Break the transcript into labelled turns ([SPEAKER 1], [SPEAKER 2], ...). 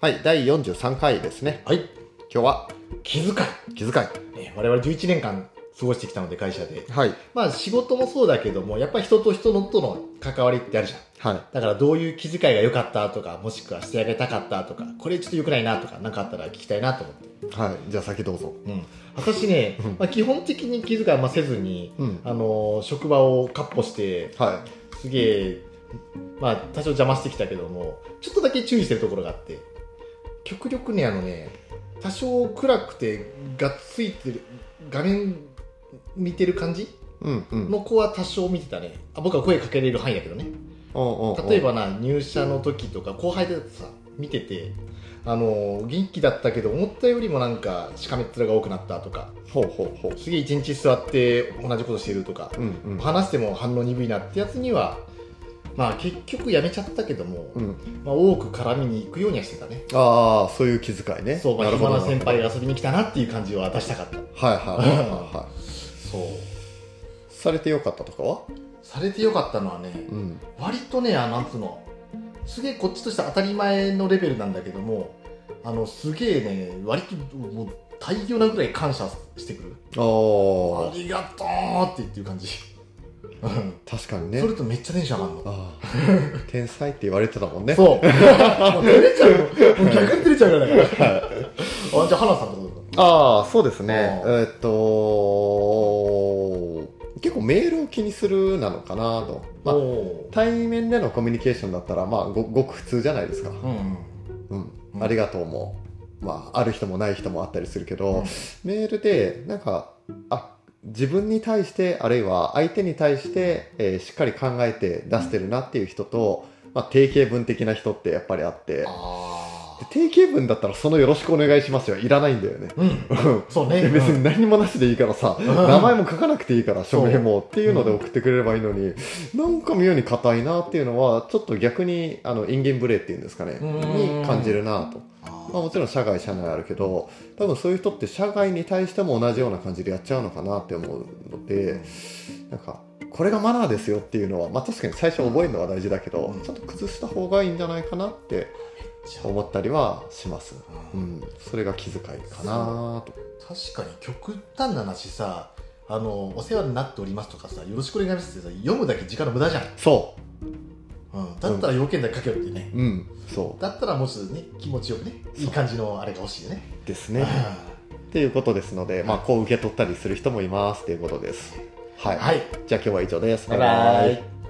[SPEAKER 1] はい、第43回ですね。
[SPEAKER 2] はい、
[SPEAKER 1] 今日は
[SPEAKER 2] 気遣い、
[SPEAKER 1] 気遣
[SPEAKER 2] ね、我々11年間過ごしてきたので会社で
[SPEAKER 1] い。はい。
[SPEAKER 2] まあ仕事もそうだけどもやっぱ人と人のとの関わりってあるじゃん
[SPEAKER 1] は
[SPEAKER 2] だからどういう気遣いが良かったとかもしくはしてあげたかったとかこれちょっと良くないなとか何かあったら聞きたいなと思って、
[SPEAKER 1] い。はい。じゃあ先どうぞ。
[SPEAKER 2] うん、私ね、まあ、基本的に気遣いはまあせずに、
[SPEAKER 1] うん
[SPEAKER 2] あのー職場をかっ歩して
[SPEAKER 1] は
[SPEAKER 2] すげえまあ多少邪魔してきたけどもちょっとだけ注意してるところがあって極力ねあのね多少暗くてがっついてる画面見てる感じ
[SPEAKER 1] い。うんうん。
[SPEAKER 2] の子は多少見てたねあ僕は声かけれる範囲だけどね
[SPEAKER 1] おうおうおう
[SPEAKER 2] 例えばな入社の時とか後輩だとさ見ててあのー元気だったけど思ったよりもなんかしかめっ面が多くなったとか
[SPEAKER 1] ほうほうほう。
[SPEAKER 2] すげえ一日座って同じことしてるとか
[SPEAKER 1] うんうん。
[SPEAKER 2] 話しても反応鈍いなってやつにはまあ結局やめちゃったけども、
[SPEAKER 1] うん、
[SPEAKER 2] まあ、多く絡みに行くようにはしてたね
[SPEAKER 1] ああそういう気遣いね
[SPEAKER 2] そう、ま
[SPEAKER 1] な
[SPEAKER 2] あ、
[SPEAKER 1] るほ
[SPEAKER 2] 暇
[SPEAKER 1] ど
[SPEAKER 2] な先輩が遊びに来たなっていう感じは出したかった
[SPEAKER 1] はいはいはいはい はい
[SPEAKER 2] そう
[SPEAKER 1] されてよかったとかは
[SPEAKER 2] されてよかったのはね、
[SPEAKER 1] うん
[SPEAKER 2] 割とねあなんつうのすげえこっちとしては当たり前のレベルなんだけどもあのすげえね割ともう大量なぐらい感謝してくるあ
[SPEAKER 1] ああ
[SPEAKER 2] りがとうって言ってる感じ、うん
[SPEAKER 1] 確かにね
[SPEAKER 2] それとめっちゃテンション上がるの
[SPEAKER 1] ああ天才って言われてたもんね
[SPEAKER 2] そう もう照れちゃうもう逆に照れちゃうぐらいだから あじゃあ花さんってことだ
[SPEAKER 1] ああそうですね
[SPEAKER 2] あ
[SPEAKER 1] え
[SPEAKER 2] あ
[SPEAKER 1] ーっと結構メールを気にするなのかなと、まあ、
[SPEAKER 2] おー
[SPEAKER 1] 対面でのコミュニケーションだったらまあごごく普通じゃないですか、
[SPEAKER 2] うん
[SPEAKER 1] うん
[SPEAKER 2] うん
[SPEAKER 1] ありがとうも、まあ、ある人もない人もあったりするけど、
[SPEAKER 2] うん
[SPEAKER 1] メールでなんかあ自分に対してあるいは相手に対して、えーしっかり考えて出してるなっていう人と、まあ、定型文的な人ってやっぱりあってで
[SPEAKER 2] ああ
[SPEAKER 1] 定型文だったらその「よろしくお願いしますよ」いらないんだよね。
[SPEAKER 2] うん
[SPEAKER 1] うん
[SPEAKER 2] そうね
[SPEAKER 1] で別に何もなしでいいからさ、
[SPEAKER 2] ん
[SPEAKER 1] 名前も書かなくていいから
[SPEAKER 2] そ
[SPEAKER 1] 署
[SPEAKER 2] う
[SPEAKER 1] 名もっていうので送ってくれればいいのに、なんか妙に硬いなっていうのはちょっと逆にあのインゲンブレっていうんですかね
[SPEAKER 2] うん
[SPEAKER 1] に感じるなとまあ、もちろん社外社内あるけど多分そういう人って社外に対しても同じような感じでやっちゃうのかなって思うのでなんかこれがマナーですよっていうのは、まあ、確かに最初覚えるのは大事だけど、
[SPEAKER 2] うん
[SPEAKER 1] ちょっと崩した方がいいんじゃないかなって思ったりはします、
[SPEAKER 2] う
[SPEAKER 1] うんん、それが気遣いかなと
[SPEAKER 2] 確かに極端な話さあの「お世話になっております」とかさ「よろしくお願いします」ってさ読むだけ時間の無駄じゃん、
[SPEAKER 1] そ
[SPEAKER 2] うん、だったら要件だけ書けよってね、
[SPEAKER 1] ううんそ
[SPEAKER 2] だったらもうちょっとね気持ちよくねいい感じのあれが欲しいよね
[SPEAKER 1] うですね
[SPEAKER 2] う
[SPEAKER 1] っていうことですので、まあ、こう受け取ったりする人もいますっていうことですは
[SPEAKER 2] ん
[SPEAKER 1] い、
[SPEAKER 2] はい
[SPEAKER 1] じゃあ今日は以上です
[SPEAKER 2] バイバイ